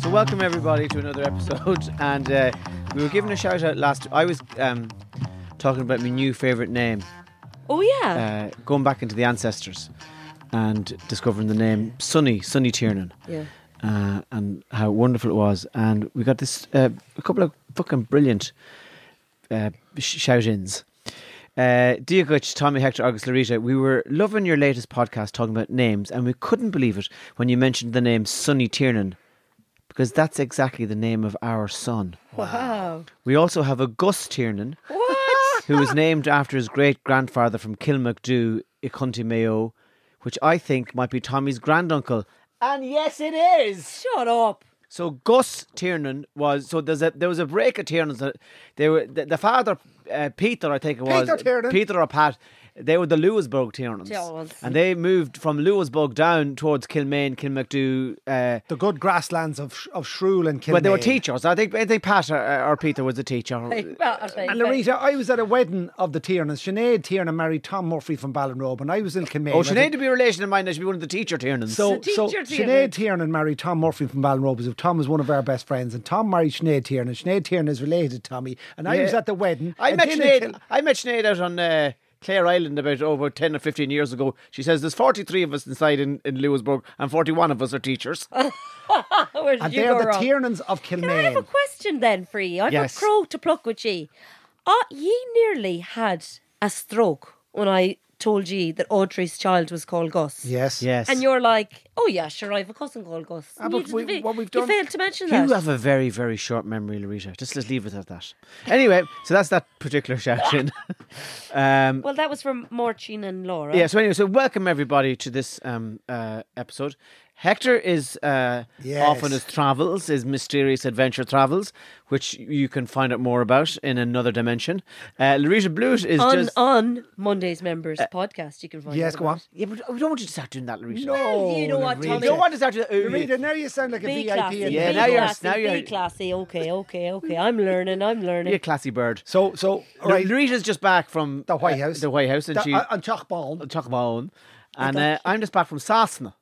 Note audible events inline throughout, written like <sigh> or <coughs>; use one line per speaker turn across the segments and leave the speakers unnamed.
So, welcome everybody to another episode. <laughs> And uh, we were given a shout out last. I was um, talking about my new favourite name,
Oh yeah.
uh, going back into the ancestors and discovering the name Sunny, Sunny Tiernan
yeah.
uh, and how wonderful it was. And we got this uh, a couple of fucking brilliant uh, sh- shout-ins. Uh, Dear Gutch, Tommy Hector, August Larita, we were loving your latest podcast talking about names, and we couldn't believe it when you mentioned the name Sonny Tiernan, because that's exactly the name of our son.
Wow.
We also have a Gus Tiernan, who was named after his great grandfather from Kilmacdo, i County Mayo, which I think might be Tommy's granduncle. And yes, it is.
Shut up.
So Gus Tiernan was so there's a there was a break of Tiernans that they were the, the father uh, Peter I think it was
Peter Tiernan.
Peter or Pat they were the Lewisburg Tiernans
Tiernans.
and they moved from Lewisburg down towards Kilmaine Kilmacdo uh,
The good grasslands of Sh- of Shrule and Kilmaine.
but they were teachers I think I think Pat or, or Peter was a
<laughs>
teacher
And Larita, I was at a wedding of the Tiernans. Sinead Tiernan married Tom Murphy from Ballinrobe, and I was in Kilmaine.
oh
I
Sinead to be a relation of mine I should be one of the teacher Tiernans
So,
It's a
so
teacher Tiernan.
Sinead Tiernan married Tom Murphy from Ballinrobe. So Tom was one of our best friends, and Tom married Sinead Tiernan. Sinead Tiernan is related to Tommy, and I
Yeah.
was at the wedding.
I
and
met
then
Sinead.
it kil-
I met Sinead out on uh, Clare Island about over ten or fifteen years ago. She says there's forty three of us inside in, in Lewisburg, and forty one of us are teachers.
Uh, Oh, Where did
And
you
they're
go
the
wrong?
Tiernans of
Can I have a
Kilmaine.
question then for you? I've
Yes.
a crow to pluck with ye. Uh, ye nearly had a stroke when I told ye that Audrey's child was called Gus.
Yes.
yes,
And you're like, oh yeah, sure, I have a cousin called Gus.
Ah,
And
but
you did
we-
ve-
what we've
You
done-
failed to mention
You
that.
have a very, very short memory, Larita. Just let's leave it at that. Anyway, so that's that particular
<laughs>
section. um,
Well, that was from Martin and Laura.
yeah. So anyway, so welcome everybody to this um, uh, episode. Hector is uh,
Yes.
off on his travels, his mysterious adventure travels, which you can find out more about in another dimension. Uh, Larita Blute is
On
just
on Monday's members podcast, you can find.
Uh, Yes,
out
go on. Oh,
about it. Oh,
Yeah, but we don't want you to start doing that, Larissa.
No,
You know what,
Larita.
You
Tommy?
don't want to start doing that. Oh,
Larita, now you sound like a
Be
VIP.
classy.
in
Yeah,
be
there.
now you're-
classy,
now you're-
be classy. Okay, okay, okay. I'm learning. I'm
<laughs>
You're a
learning.
classy bird.
So, so
L-
right,
Larita's just back from
the White
uh,
House,
the White House, and
The-
she
uh, and Chalkball.
talk about own. And uh, I'm just back from Sassna.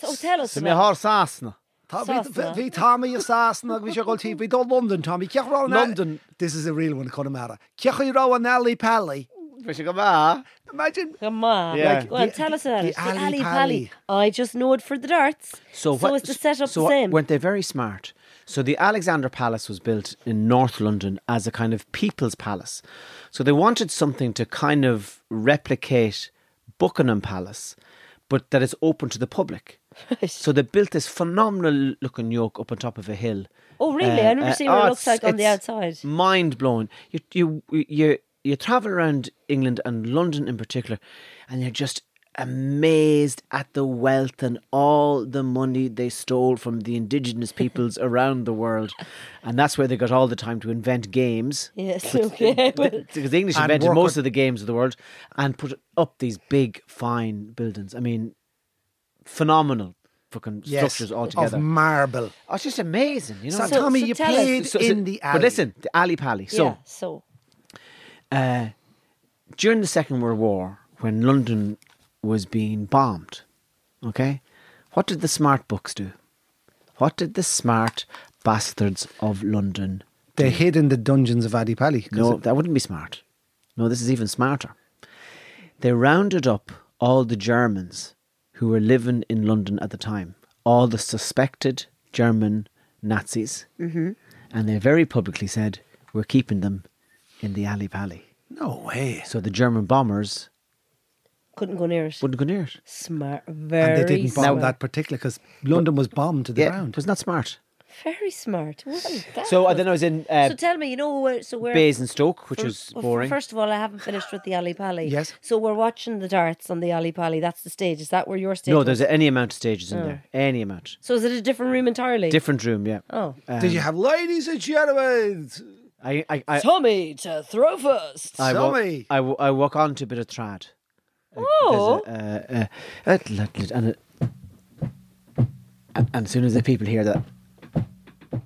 So tell us.
So my
about-
horse Sassna.
Sasna.
Vi Tommy i Sasna, vi sé gael ti, vi do London, Tommy. Ciach rawn
London.
This is a real one, Conor Mara. Ciach i rawn Ali Pally.
Fish go ah.
Imagine
Come on.
Yeah.
Like, well,
the-
tell us
the-
about
the
it. The
Ali Pali.
Ali Pali. I just know it for the darts. So,
what-
is the setup
so
the
what-
same?
Weren't they very smart? So the Alexander Palace was built in North London as a kind of people's palace. So they wanted something to kind of replicate Buckingham Palace, but that is open to the
<laughs>
public. so they built this phenomenal looking yoke up on top of a hill.
Oh, really? I never seen what it
oh,
looks
it's-
like on the
it's
outside.
Mind blowing. You you you you travel around England and London in particular, and you're just amazed at the wealth and all the money they stole from the
<laughs>
indigenous peoples around the world, and that's where they got all the time to invent games. <laughs>
yes, okay. well,
Because the English
And
invented
work
most
with-
of the games of the world and put up these big, fine buildings. I mean, phenomenal fucking structures altogether.
Of marble.
Oh, it's just amazing, you know.
So,
So-
Tommy,
so
you
tell us-
played in the alley.
But listen, the alley pally. So uh,
yeah, so.
during the Second World War, when London was being bombed, okay, what did the smart books do? What did the smart bastards of London?
they hid in the dungeons of Adi Pally.
No, that wouldn't be smart. No, this is even smarter. They rounded up all the Germans who were living in London at the time, all the suspected German Nazis, mm-hmm. and they very publicly said, We're keeping them in the Alley Pally.
No way.
So the German bombers
Couldn't go near it.
wouldn't go near it.
Smart.
And
Very
they didn't bomb
smart.
that particular because London was bombed to the
Yeah,
ground.
it was not smart.
Very smart. Well, that
So uh,
was-
then I was in uh,
so tell me, you know, where, so where
Basingstoke, which was
First- well, f-
boring.
First of all, I haven't finished with the Ali Pali.
Yes.
So we're watching the darts on the Ali Pali. That's the stage. Is that where your stage?
no,
was?
there's any amount of stages
Oh.
in there. Any amount.
So is it a different room entirely?
Different room, yeah.
Oh.
Did you have ladies and gentlemen?
I, I, I,
Tommy to throw first.
I, walk,
Tommy.
I, wa- I walk on to a bit of trad.
oh.
There's a, uh, uh, a little- little- and, it- and, and as soon as the people hear that,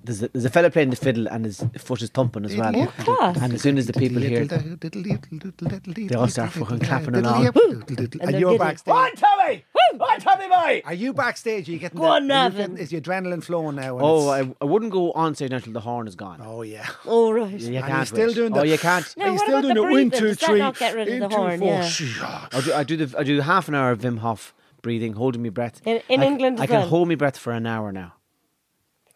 there's a, there's a fella playing the fiddle and his foot is thumping as well.
Oh,
class.
And as soon as the people hear,
they
all start fucking clapping along.
And,
they're
you're
giggling.
backstage.
What?
Tommy! What, Tommy boy?
Are you backstage? Are you getting
Go on,
the, are you
Navin.
getting- Is the adrenaline flowing now? and
Oh,
it's-
I, I wouldn't go on stage until the horn is gone.
oh yeah.
Oh right.
You
And
can't
you're still
wait.
doing
Oh,
the-
you <laughs>
<laughs>
can't.
No,
Are you
what
still
about
doing
the
the one,
breathing?
two,
Does that
three,
not get rid of the
in, two,
horn?
four.
Yeah.
Shh.
I do, I do the I do half an hour of Wim Hof breathing, holding my breath.
In- in
I, c-
England
I
as
can
well.
hold my breath for an hour now.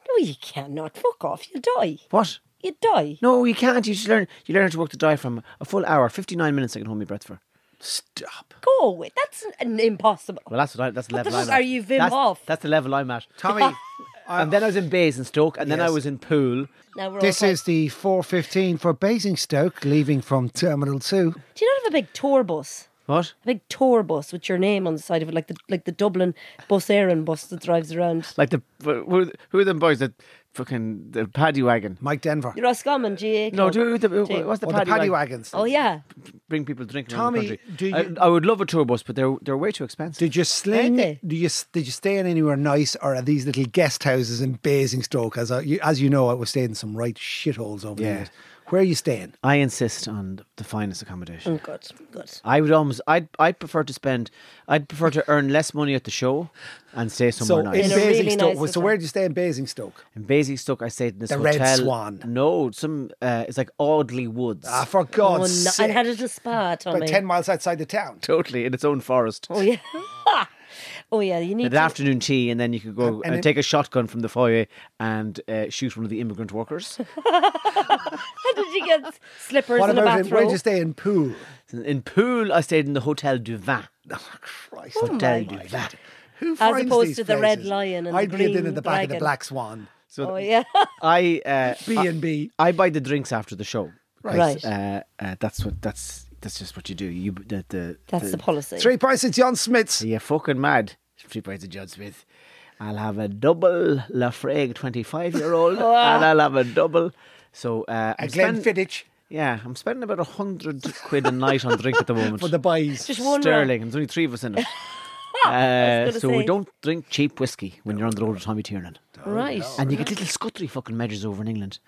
No, you cannot. Fuck off. You die.
What?
You die.
No, you can't. You should learn. You learn to work the diaphragm. A full hour, fifty nine minutes. I can hold my breath for.
Stop.
Go away. That's an impossible.
Well, that's what I, that's the
What
level
the
I'm
fuck
at.
are you, Wim
that's,
Hof?
That's the level I'm at.
Tommy,
<laughs>
and then I was in Basingstoke, and then I
Yes.
was in Poole.
Now we're
this
all
is the 4.15 for Basingstoke, leaving from Terminal 2.
Do you not have a big tour bus?
What?
A big tour bus with your name on the side of it, like the like the Dublin bus Aaron bus that drives around.
Like the who, who are them boys that fucking the paddy wagon?
Mike Denver.
You're Roscommon, GA.
No,
Club.
do the,
Gee.
what's the
Or the
paddy,
paddy
wagon?
wagons.
Oh yeah.
Bring people drinking.
Tommy,
around the country.
do
I-
you-
I, would love a tour bus, but they're they're way too expensive.
Did you sling?
Aren't they?
Do you s- did you stay in anywhere nice, or are these little guest houses in Basingstoke? As I, you, as you know, I was staying in some right shitholes over
Yeah.
there. Where are you staying?
I insist on the finest accommodation.
Oh, good, good.
I would almost. I'd. I'd prefer to spend. I'd prefer to earn less money at the show and stay somewhere
so
nice.
in
In a really
Basingstoke.
nice
so
hotel.
where did you stay in Basingstoke?
In Basingstoke, I stayed in this
The Red
hotel.
Swan.
No, some. Uh, it's like Audley Woods. <laughs>
Ah, for
Oh,
God's
no,
sake!
and had a little spa, Tommy.
about ten miles outside the town.
totally in its own forest.
Oh yeah. oh yeah. You need
At
to, <laughs>
afternoon tea, and then you could go and,
and it-
take a shotgun from the foyer and uh, shoot one of the immigrant
<laughs>
workers.
How did
<laughs>
you get slippers
What
in a
about in,
bathrobe?
where did you stay in Poole?
in Poole, I stayed in the Hotel du Vin.
Oh, Christ,
Oh
Hotel du Vin.
who
As
finds
opposed
these
to the Red
places?
Lion and the
I'd lived in
Green
at the back of the
Dragon.
Black Swan.
So
Oh yeah. <laughs>
I uh,
B and B.
I buy the drinks after the show.
Right.
Uh, uh, that's what. That's that's just what you do. You the, the
That's the policy.
Three pints of John Smith's.
You're fucking mad. Three pints of John Smith. I'll have a double Lafrague 25 year
<laughs>
old, and I'll have a double. So, uh, I'm
A Ah. Glenn
spend-
Fiddich
Yeah, I'm spending about a hundred quid a night on drink
<laughs>
at the moment.
for the buys.
Just one round.
Sterling, and there's only three of us
<laughs>
in it.
I
Uh,
was gonna
so we
say.
don't drink cheap whiskey when you're on the road with Tommy Tiernan,
Right.
Oh,
and you get little scuttery fucking measures over in England.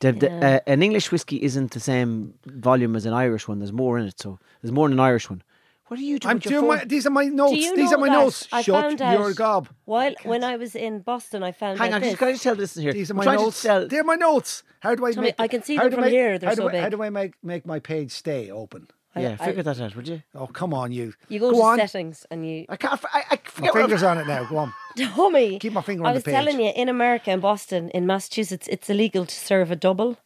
The, the, uh, an English whiskey isn't the same volume as an Irish one. There's more in it, so there's more in an Irish one. What are you doing?
I'm
with your
doing
phone?
my. These are my notes.
Do you
These
know
are my
that
notes.
I
Shut
found out
your gob.
While when I was in Boston, I found
Hang
out
on,
this.
just, can I just tell this here?
These are
I'm
my
trying to
notes.
tell-
They're my notes. How do I
Tommy,
make?
I can see
how
them
do
from
I-
here. They're
how
so
do I, How
big.
do I make make my page stay open?
yeah,
I-
figure that out, would you?
Oh come on, you.
You go,
Go
to
on.
settings and you <laughs>
I can't. I, I
My
forget what I'm-
fingers on it now. Go on.
Tommy.
Keep my finger
I
on the
was telling
page.
you, in America, in Boston, in Massachusetts, it's illegal to serve a double.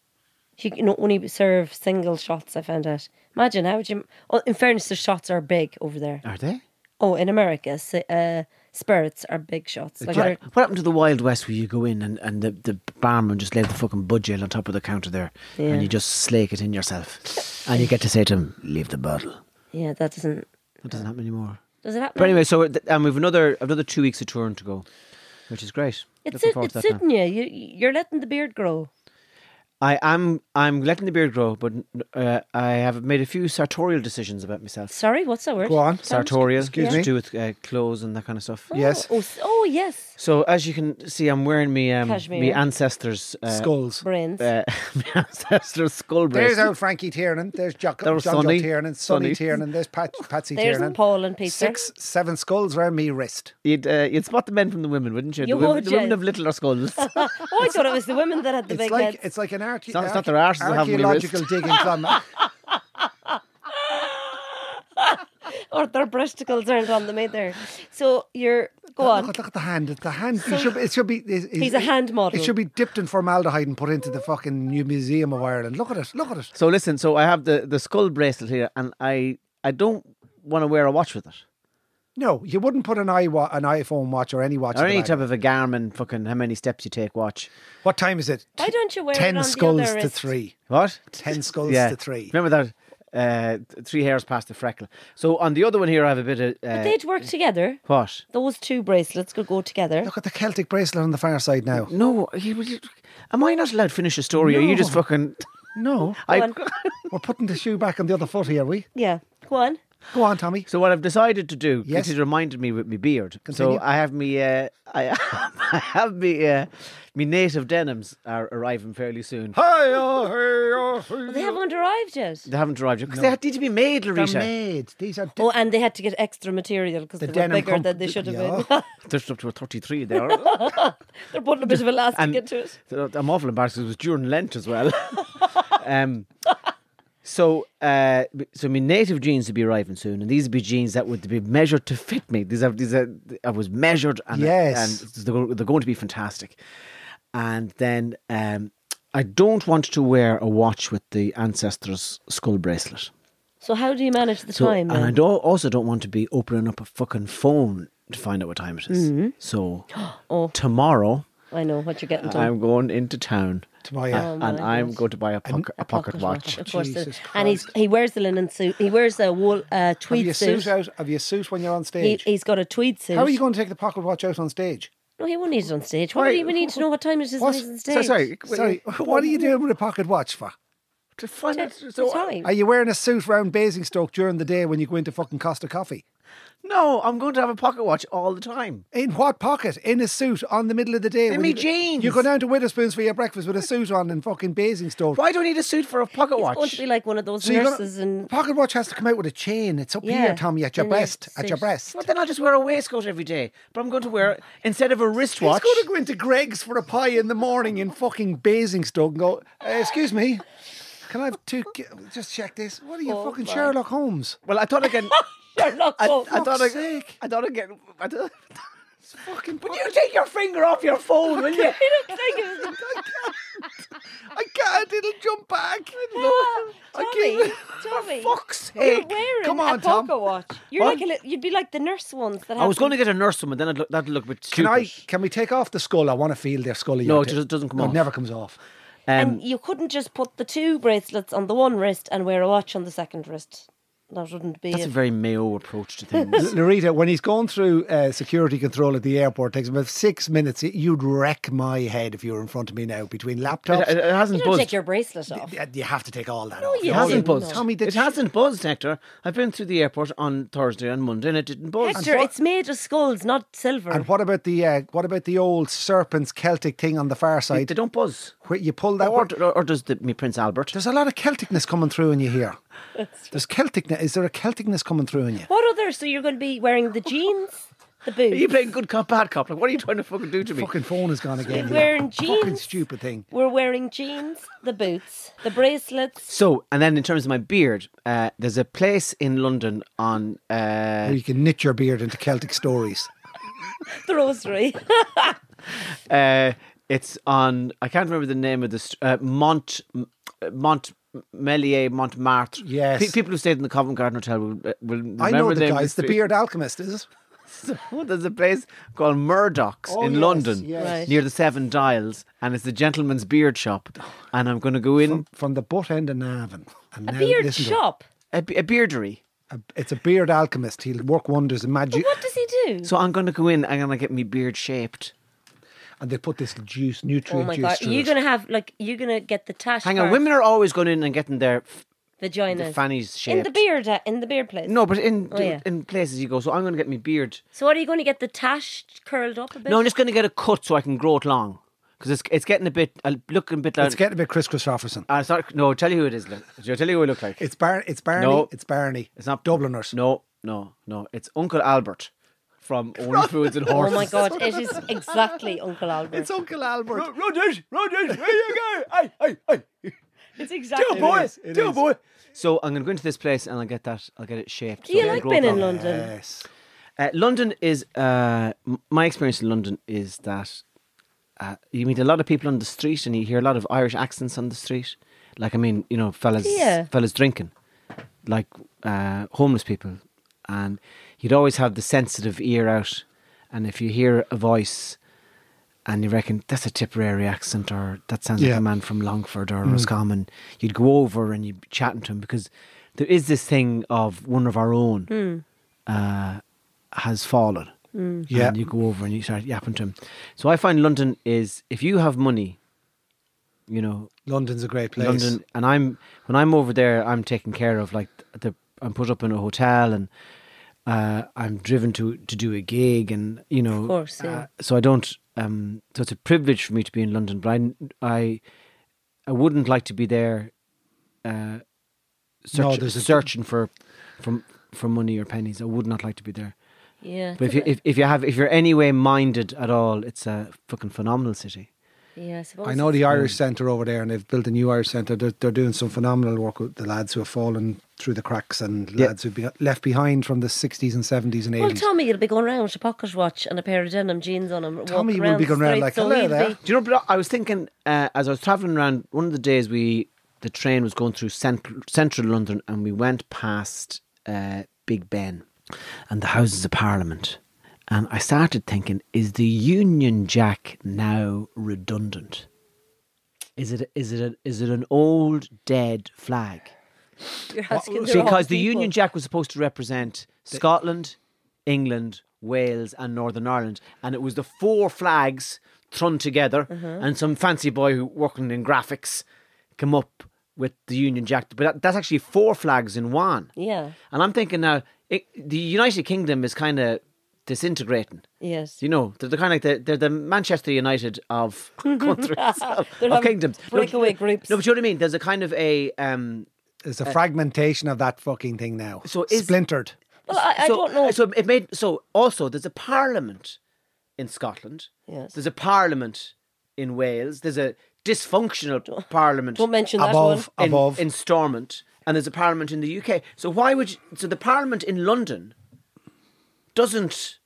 You can only serve single shots. I found out. Imagine how would you? Oh, in fairness, the shots are big over there.
Are they?
Oh, in America, si- uh, spirits are big shots. Like
What,
they're-
what happened to the Wild West where you go in and, and the, the barman just laid the fucking budgie on top of the counter there
Yeah.
and you just slake it in yourself and you get to say to him, leave the bottle.
yeah, that doesn't.
That doesn't happen anymore.
Does it happen?
But anyway, so th- um, we've another another two weeks of touring to go, which is great.
it's
Looking
it,
forward
it's
to that now.
sitting you. you. You're letting the beard grow.
I am I'm letting the beard grow, but uh, I have made a few sartorial decisions about myself.
Sorry, what's that word?
Go on.
Sartorial,
Excuse
to
me?
do with uh, clothes and that kind of stuff.
Oh,
Yes.
Oh, s- oh, yes.
So as you can see, I'm wearing me um,
Cashmere.
me ancestors' uh,
Skulls.
Brains.
uh, <laughs> my ancestors' skull
There's
brace.
old Frankie Tiernan. There's Jock,
There
John
was
Joe
Sonny.
Tiernan. Sonny
Sonny.
Tiernan. There's Pat, Patsy
There's
Tiernan.
Paul and Peter.
Six, seven skulls round me wrist.
You'd, uh, you'd spot the men from the women, wouldn't you?
You
the, women,
would,
the women
yes.
have littler
<laughs>
skulls.
oh, I thought it was the women that had the
It's
big
like
heads.
it's like an
not-
archae-
it's
archae-
not
<laughs>
their arses that have me wrist.
archaeological digging. from-
or their breasticles aren't on them either. So you're go on.
Look, look at the hand. It's the hand. it should be. It should be it- it-
He's a hand model.
It should be dipped in formaldehyde and put into the fucking new museum of Ireland. Look at it. Look at it.
So listen, so I have the, the skull bracelet here, and I I don't want to wear a watch with it
No, you wouldn't put an i wa- an iPhone watch or any watch.
or
in the
any
bag.
type of a Garmin fucking how many steps you take watch.
What time is it?
Why don't you wear it
ten
on the
skulls
other
to
wrist?
three?
What? <laughs>
Ten skulls to three.
Remember that? Uh, th- three hairs past the freckle. So on the other one here, I have a bit of uh,
They'd work together.
what?
Those two bracelets could go together.
Look at the Celtic bracelet on the far side now.
No, you- you- am I not allowed to finish a story? Or are you just
No.
fucking?
No,
I,
on.
we're putting the shoe back on the other foot here. We
Yeah. Go on.
go on, Tommy.
so what I've decided to do,
Yes.
yes. it reminded me with my beard.
Continue.
So I have me, uh, I, <laughs> I have me, uh, me native denims are arriving fairly soon. oh,
They
Mm.
haven't arrived yet.
They haven't arrived yet because they need to be made,
They're
Larissa.
made. These are. di-
Oh, and they had to get extra material because
The
they were
denim
bigger
comp-
than they should have
Yeah.
been.
There's up to a 33 there.
<laughs>
<laughs>
They're putting a bit of elastic
And-
into it.
So I'm awful embarrassed 'cause it was during Lent as well. <laughs> um, so, uh, so my native jeans would be arriving soon, and these would be jeans that would be measured to fit me. These are these are I was measured, and
Yes.
and they're, go- they're going to be fantastic. And then um, I don't want to wear a watch with the ancestors' skull bracelet.
So how do you manage the
So,
time?
and I
then?
do also don't want to be opening up a fucking phone to find out what time it is. So,
Oh.
tomorrow
I know what you're getting done.
I'm going into town
To my, uh,
Oh my
and I'm
God.
going to buy a pocket, a pocket watch.
Of course,
Jesus
the- and he's he wears the linen suit. He wears a wool uh,
have
tweed
your
suit.
suit out. Have your suit when you're on
He,
stage.
he's got a tweed suit.
How are you going to take the pocket watch out on stage?
No, he won't need it on stage. Why do you even need to know what time it is when
What?
he's on
So-
stage?
sorry.
Sorry, <laughs> what are you doing with a pocket watch for?
To find out,
The
so
time.
Are you wearing a suit round Basingstoke during the day when you go into fucking Costa Coffee?
no, I'm going to have a pocket watch all the time.
In what pocket? In a suit on the middle of the day.
In
when
me
you-
jeans.
You go down to Witherspoon's for your breakfast with a suit on in fucking Basingstoke.
Why do I need a suit for a pocket
He's going
watch?
to be like one of those
So you're gonna-
nurses and
pocket watch has to come out with a chain. It's up
Yeah,
here, Tommy, at your
in your
breast. At your
suit.
breast.
Well, then I'll just wear a waistcoat every day. But I'm going to wear instead of a
He's
wristwatch.
going to go into Greg's for a pie in the morning in fucking Basingstoke and go, "Uh, excuse me, can I have two? Ki- just check this. What are you
Oh
fucking
my.
Sherlock Holmes?
Well, I thought I can.
Sherlock
I,
Holmes.
I thought I,
fuck's sake.
I thought I can. I thought, <laughs>
Fucking
would you take your finger off your phone, will <laughs> you?
He looked like he was-
I can't. It'll jump <laughs> back.
Ah,
<laughs> I
Tommy, Tommy,
Fuck's
you're
sake!
wearing
Come on,
a
Tom.
pocket watch. You're
What?
like a li- you'd be like the nurse ones that
I was
have
going to get a nurse one, but then I'd look, that'd look a bit
Can
stupid.
I? Can we take off the skull? I want to feel their skull. of
No,
your
it
dick.
just doesn't come
No,
off.
It never comes off.
Um,
And you couldn't just put the two bracelets on the one wrist and wear a watch on the second wrist. That wouldn't be
that's a
it.
very Mayo approach to things.
Larita, when he's going through uh, security control at the airport, takes him about six minutes. You'd wreck my head if you were in front of me now between laptops.
it, it hasn't
You don't
buzzed.
take your bracelet off.
Yeah, you have to take all that
No,
off.
you
It
No,
hasn't
didn't.
buzzed.
Tommy, did
it hasn't buzzed, Hector. I've been through the airport on Thursday and Monday, and it didn't buzz.
Hector, it's made of skulls, not silver.
<laughs> And what about the uh, what about the old serpent's Celtic thing on the far
they
side?
they don't buzz.
where you pull that.
Or, or, or does the, me Prince Albert?
There's a lot of Celticness coming through in you
<laughs>
here. There's Celticness. Is there a Celticness coming through in you?
What other? So you're going to be wearing the jeans, the
<laughs>
Are you
boots.
playing good cop, bad cop? Like, what are you trying to fucking do to me?
Fucking phone is gone again.
We're
<laughs>
wearing
Fucking
jeans.
stupid thing.
Uh,
We're wearing jeans, the boots, the bracelets.
So, and then in terms of my beard, uh, there's a place in London on. Uh,
Where you can knit your beard into Celtic stories.
The rosary.
uh, it's on. I can't remember the name of this. Uh, Mont. Mont. Melier, Montmartre.
Yes.
Pe- people who stayed in the Covent Garden Hotel will, uh, will remember
I know
the
the
name of
guys. The
street.
beard alchemist is it?
<laughs> So there's a place called Murdoch's
Oh,
in
yes,
London,
yes.
Right.
near the Seven Dials, and it's the gentleman's beard shop. And I'm going to go in
from the butt end of Navan. And
A
now
beard
listen to it.
shop.
a, be- a beardery.
A- It's a beard alchemist. He'll work wonders and magic.
What does he do?
So I'm going to go in. I'm going to get my beard shaped.
And they put this juice,
oh
nutrient
my
juice.
god!
through
You're
it.
going to have like you're going to get the tash.
Hang on,
part,
women are always going in and getting their f-
vaginas,
the fannies shaped.
in the beard uh, in the beard place.
No, but in
Oh, yeah.
in places you go. So I'm going to get my beard.
So what are you going to get the tash curled up a bit?
No, I'm just going to get a cut so I can grow it long because it's it's getting a bit uh, looking a bit like.
It's getting a bit Chris Christopherson.
uh, sorry, no, I'll tell you who it is. Look. I'll tell you who I look like.
It's Bar- It's Barney.
No.
It's Barney.
It's not
Dubliners.
No, no, no. It's Uncle Albert from Only Foods and
Oh
Horses. <laughs>
my god! It is exactly Uncle Albert.
It's Uncle Albert.
Rogers, Rogers, where you go? Hey, hey, hey.
It's exactly.
boy.
right.
It is, it is.
boy. So I'm going to go into this place and I'll get that. I'll get it shaped.
Do you
So
like
grow
being in
up.
London?
Yes.
Uh, London is uh, m- my experience in London is that uh, you meet a lot of people on the street and you hear a lot of Irish accents on the street. Like I mean, you know, fellas,
Yeah.
fellas drinking, like uh, homeless people, and you'd always have the sensitive ear out, and if you hear a voice. And you reckon that's a Tipperary accent, or that sounds like
Yeah.
a man from Longford or Roscommon. You'd go over and you'd be chatting to him because there is this thing of one of our own uh, has fallen.
Mm.
Yeah.
And you go over and you start yapping to him. So I find London is, if you have money, you know,
London's a great place.
London, and I'm, when I'm over there, I'm taken care of. Like, the, I'm put up in a hotel and uh, I'm driven to, to do a gig and, you know. Of
course, yeah.
so I don't, um, so it's a privilege for me to be in London, but I, I, I wouldn't like to be there uh, search,
there's a-
searching for, for, for money or pennies. I would not like to be there.
Yeah.
But if you if, if you have if you're any way minded at all, it's a fucking phenomenal city.
yeah, I, suppose
I know the
Mm.
Irish Centre over there, and they've built a new Irish Centre. They're, they're doing some phenomenal work with the lads who have fallen through the cracks and
Yeah.
lads who've been left behind from the 60s and 70s and 80s.
Well, Tommy, you'll be going around with a pocket watch and a pair of denim jeans on him.
Tommy
walking
will
around
be
the
going around
street,
like,
so
"Hello
he'll
there."
be-
Do you know? But I was thinking uh, as I was traveling around one of the days we the train was going through central central London and we went past uh, Big Ben and the Houses of Parliament, and I started thinking: Is the Union Jack now redundant? Is it is it a, is it an old dead flag?
You're <laughs> asking the wrong
because the
people.
Union Jack was supposed to represent Scotland, England, Wales, and Northern Ireland, and it was the four flags thrown together,
Uh-huh.
and some fancy boy who working in graphics came up with the Union Jack. But that, that's actually four flags in one.
Yeah.
And I'm thinking now, it, the United Kingdom is kind of disintegrating.
Yes.
You know, they're the kind of like the, they're the Manchester United of
<laughs>
countries, of,
They'll
of
have
kingdoms. No,
breakaway
no,
groups.
No, but you know what I mean? There's a kind of a um,
There's a fragmentation of that fucking thing now.
So is-
splintered.
Well, I, I
so, uh,
don't know.
So it made so also there's a parliament in Scotland.
Yes.
There's a parliament in Wales. There's a dysfunctional parliament
don't mention that
Above,
one.
in,
above.
in Stormont, and there's a parliament in the UK. So why would you, so the parliament in London doesn't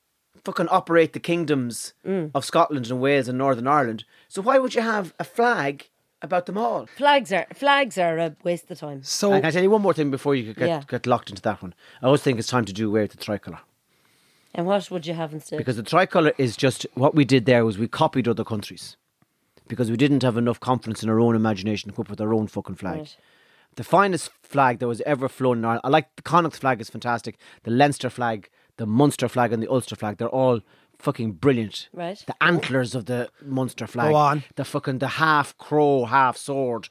fucking operate the kingdoms
Mm.
of Scotland and Wales and Northern Ireland? So why would you have a flag about them all?
Flags are flags are a waste of time.
so
And can I tell you one more thing before you get,
Yeah.
get locked into that one? I always think it's time to do away with the tricolour.
And what would you have instead?
Because the tricolour is just what we did there was we copied other countries because we didn't have enough confidence in our own imagination to come up with our own fucking flag.
Right.
The finest flag that was ever flown in Ireland. I like the Connacht flag is fantastic. The Leinster flag, the Munster flag, and the Ulster flag. They're all fucking brilliant.
Right.
The antlers of the Munster flag.
on.
The fucking the half crow, half sword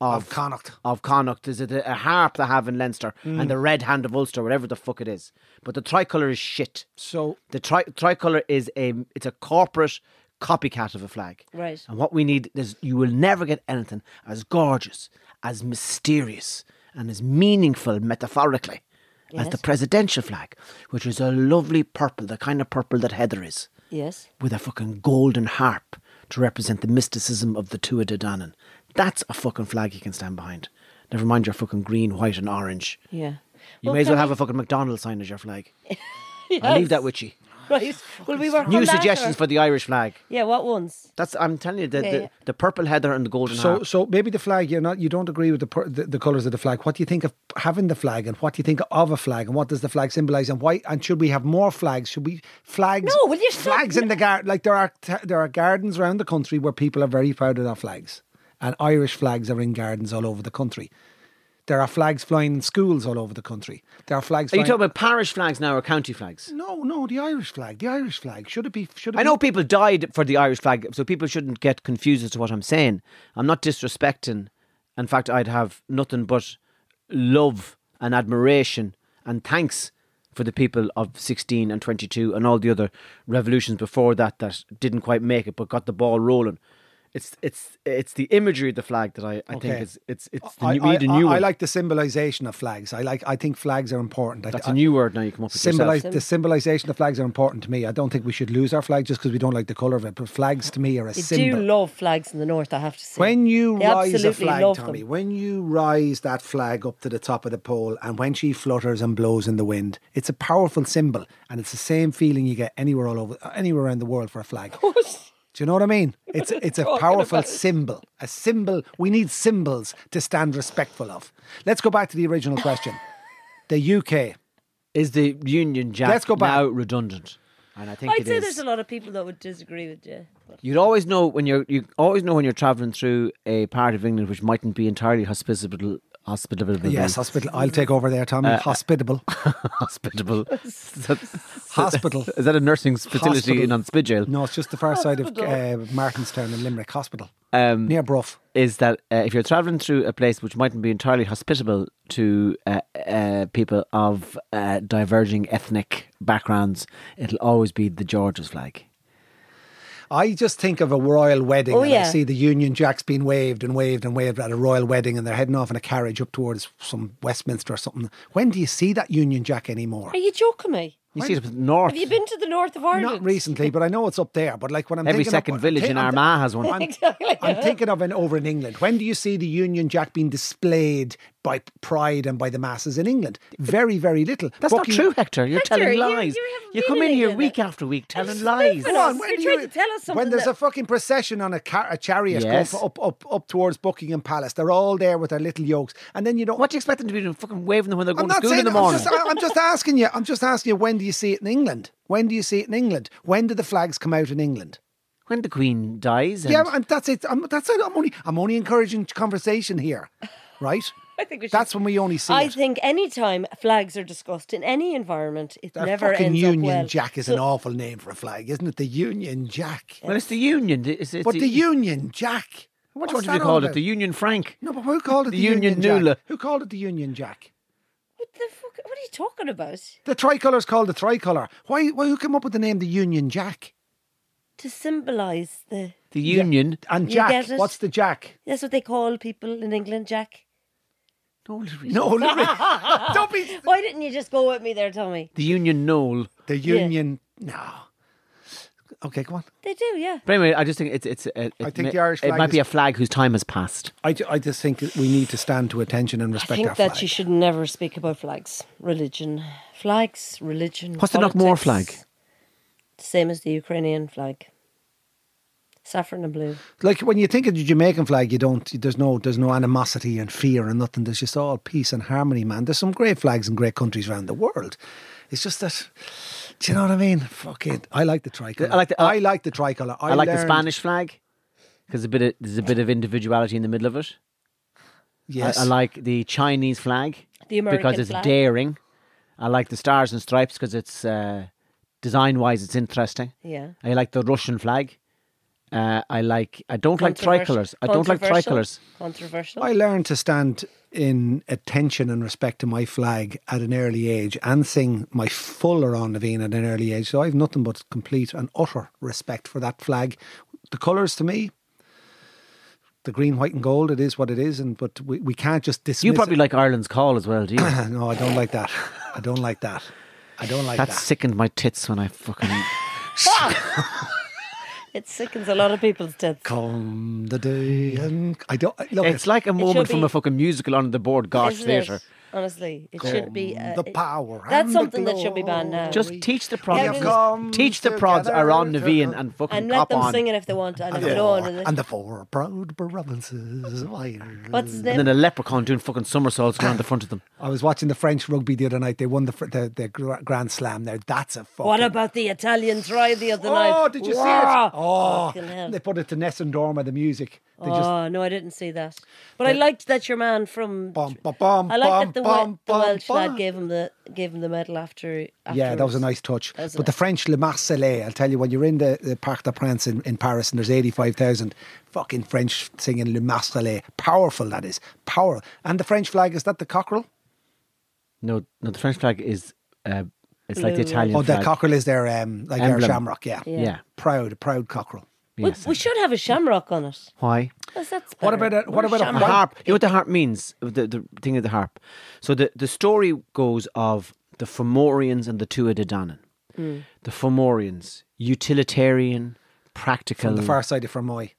of Connacht. Mm.
of Connacht. Is it a a harp they have in Leinster and the red hand of Ulster, whatever the fuck it is. But the tricolour is shit.
So
The tri- tricolour is a it's a corporate copycat of a flag.
Right.
And what we need is you will never get anything as gorgeous, as mysterious, and as meaningful metaphorically as the
Yes.
presidential flag, which is a lovely purple, the kind of purple that heather is,
yes.
with a fucking golden harp to represent the mysticism of the Tua de Danann. That's a fucking flag you can stand behind. Never mind your fucking green, white, and orange.
Yeah.
You may as well have a fucking McDonald's sign as your flag. I'll leave that with you.
<laughs> Right. Will we work
New
on that,
suggestions
or-
for the Irish flag.
Yeah. What ones?
That's I'm telling you the,
Yeah,
the,
yeah.
the purple heather and the golden
so
harp.
so maybe the flag you're not you don't agree with the, per, the the colors of the flag. What do you think of having the flag and what do you think of a flag and what does the flag symbolize and why and should we have more flags? Should we flags?
No, will you stop?
flags in the garden? Like there are t- there are gardens around the country where people are very proud of their flags, and Irish flags are in gardens all over the country. There are flags flying in schools all over the country. There are flags.
Are you
flying-
talking about parish flags now or county flags?
No, no, the Irish flag. The Irish flag. Should it be? Should it
I
be-
know people died for the Irish flag, so people shouldn't get confused as to what I'm saying. I'm not disrespecting. In fact, I'd have nothing but love and admiration and thanks for the people of 16 and 22 and all the other revolutions before that that didn't quite make it but got the ball rolling. It's it's it's the imagery of the flag that I, I think
Okay.
is it's it's the,
I,
new- we
I,
need a new
I, I
one.
like the symbolization of flags. I like. I think flags are important. I-
That's
I-
a new word now you come up with
symbolize
yourself.
the symbolization of flags are important to me. I don't think we should lose our flag just because we don't like the color of it. But flags to me are a
They
symbol.
do love flags in the north, I have to say.
when you
They
rise a
absolutely
flag,
love
Tommy,
them.
when you rise that flag up to the top of the pole, and when she flutters and blows in the wind, it's a powerful symbol, and it's the same feeling you get anywhere all over anywhere around the world for a
<laughs>
flag. Do you know what I mean? It's it's a powerful symbol. A symbol. We need symbols to stand respectful of. Let's go back to the original question. the UK.
is the Union Jack
Let's go back.
now redundant? And I think
I'd
it
say
is.
there's a lot of people that would disagree with you. But
You'd always know when you're you always know when you're travelling through a part of England which mightn't be entirely hospitable hospitable
Yes, hospital. I'll take over there, Tommy.
Uh, <laughs>
Hospitable.
<laughs>
hospitable. Is that-
Hospital.
Is that a nursing facility
Hospital.
in on Spidgel?
No, it's just the far side of uh, Martinstown in Limerick Hospital,
Um,
near Bruff.
is that uh, if you're traveling through a place which mightn't be entirely hospitable to uh, uh, people of uh, diverging ethnic backgrounds, it'll always be the George's flag.
I just think of a royal wedding
Oh,
and I
yeah.
see the Union Jacks being waved and waved and waved at a royal wedding and they're heading off in a carriage up towards some Westminster or something. When do you see that Union Jack anymore?
are you joking me?
You see it up north.
Have you been to the north of Ireland?
Not
<laughs>
recently, but I know it's up there. But like when I'm
Every
thinking
second
of,
village in
I'm-
Armagh has one.
I'm,
Exactly.
I'm thinking of an over in England. When do you see the Union Jack being displayed by pride and by the masses in England? Very, very little.
That's
Buckingham-
not true, Hector. You're
Hector,
telling
you-
lies.
you haven't been
come
in
in here
England.
week after week telling
That's
lies.
stupid.
Come on,
You're
when do
trying
you-
to tell us something
When there's
that-
a fucking procession on a, car, a chariot
Yes.
going for up, up, up towards Buckingham Palace, they're all there with their little yokes, and then you don't.
What do you expect them to be doing? Fucking waving them when they're
I'm
going to
not
school
saying.
in the
I'm
morning.
just, I'm just asking you. I'm just asking you. When do you see it in England? When do you see it in England? When do the flags come out in England?
When the Queen dies. And
Yeah, and that's it. I'm, that's it. I'm only. I'm only encouraging conversation here,
<laughs>
right?
I think we should-
That's when we only see
I
it.
think any time flags are discussed in any environment, it
That
never
fucking
ends
Union
up well.
Jack is an awful name for a flag, isn't it? The Union Jack.
well, it's the Union. It's, it's
But the Union Jack.
What
What's
do you
that all
call it?
about?
The Union Frank.
No, but who called it the,
The Union
Jack?
Nula.
Who called it the Union Jack?
What the fuck? What are you talking about?
The tricolour's called the tricolour. Why, why? Who came up with the name the Union Jack?
To symbolise the.
The Union.
And
You
Jack,
get it?
what's the Jack?
That's what they call people in England, Jack.
No, Louise.
<laughs>
No, Louis. don't be
Why didn't you just go with me there, Tommy?
The Union Knoll.
the
Yeah.
Union. No. Okay, come on.
They do, yeah.
But anyway, I just think it's it's. It,
I
it
think
may-
the Irish
It
flag
might
is-
be a flag whose time has passed.
I, ju- I just think that we need to stand to attention and
I
respect
think
our
that
flag.
you should never speak about flags, religion, flags, religion.
What's the Knockmore
politics.
flag?
Same as the Ukrainian flag. Saffron and blue.
Like when you think of the Jamaican flag, you don't. There's no. There's no animosity and fear and nothing. There's just all peace and harmony, man. There's some great flags in great countries around the world. It's just that. Do you know what I mean? Fuck it. I like the tricolor.
I like the- uh,
I like the tricolor. I,
I, like the
learned-
Spanish flag because a bit of, there's a bit of individuality in the middle of it.
Yes.
I, I like the Chinese flag
The American
because it's
flag.
daring. I like the stars and stripes because it's uh, design wise it's interesting.
Yeah.
I like the Russian flag. Uh, I like. I don't like
Controvers-
tricolours. I don't like
controversial-
tricolours.
Controversial.
I learned to stand in attention and respect to my flag at an early age and sing my full Laurent Levine at an early age. So I have nothing but complete and utter respect for that flag. The colours to me, the green, white, and gold, it is what it is. And But we, we can't just dismiss
You probably
it.
like Ireland's call as well, do
<coughs>
you?
<clears throat> no, I don't like that. I don't like that. I don't like
that
that.
sickened my tits when I fucking.
It sickens a lot of people's tits.
Come the day. And I don't. Look,
it's like a moment from
be-
a fucking musical on the board, gosh,
Isn't it?
theatre.
Honestly, it should be. Uh,
the
it-
power.
That's
and the
something that should be banned now.
Just teach the
Yeah,
prods.
we've
come
teach the prods
together
are on
to-
Navian and fucking
and
cop
let them
on.
sing it if they want.
And
And if they
the,
don't,
four,
then-
and the four proud provinces of Ireland.
what's his
And then
name?
a leprechaun doing fucking somersaults going on the front of them.
I was watching the French rugby the other night. They won the fr- the, the gra- Grand Slam. There, that's a fucking.
What about the Italian try the other night?
Oh, did you see
Wow.
it? Oh,
Fucking hell.
they put it to Ness and Dorma, the music. They just
oh no, I didn't see that. But I liked that your man from.
bum bum bum.
Oh. I like
bum,
that the,
bum,
Wel- the
bum,
Welsh
bum.
lad gave him the gave him the medal after.
Yeah, that was a
afterwards.
nice touch. But
Wasn't
the
it?
French Le Marseillais, I'll tell you, when you're in the, the Parc de Prince in, in Paris and there's 85,000 fucking French singing Le Marseillais. Powerful, that is. Power. And the French flag, is that the cockerel?
No, no, the French flag is. Uh, it's like the
Blue,
Italian
Oh, the
flag.
cockerel is their um, like our
Emblem.
shamrock, yeah.
yeah.
Proud, proud cockerel.
Yes.
We, we should have a shamrock on it.
Why?
'Cause that's
What
better.
about a, what
Or
about a
shamrock.
The
white-
harp. You know what the harp means? The, the thing of the harp. So the, the story goes of the Fomorians and the Tuatha Mm. The Fomorians, utilitarian, practical,
on the far side of Fermoy?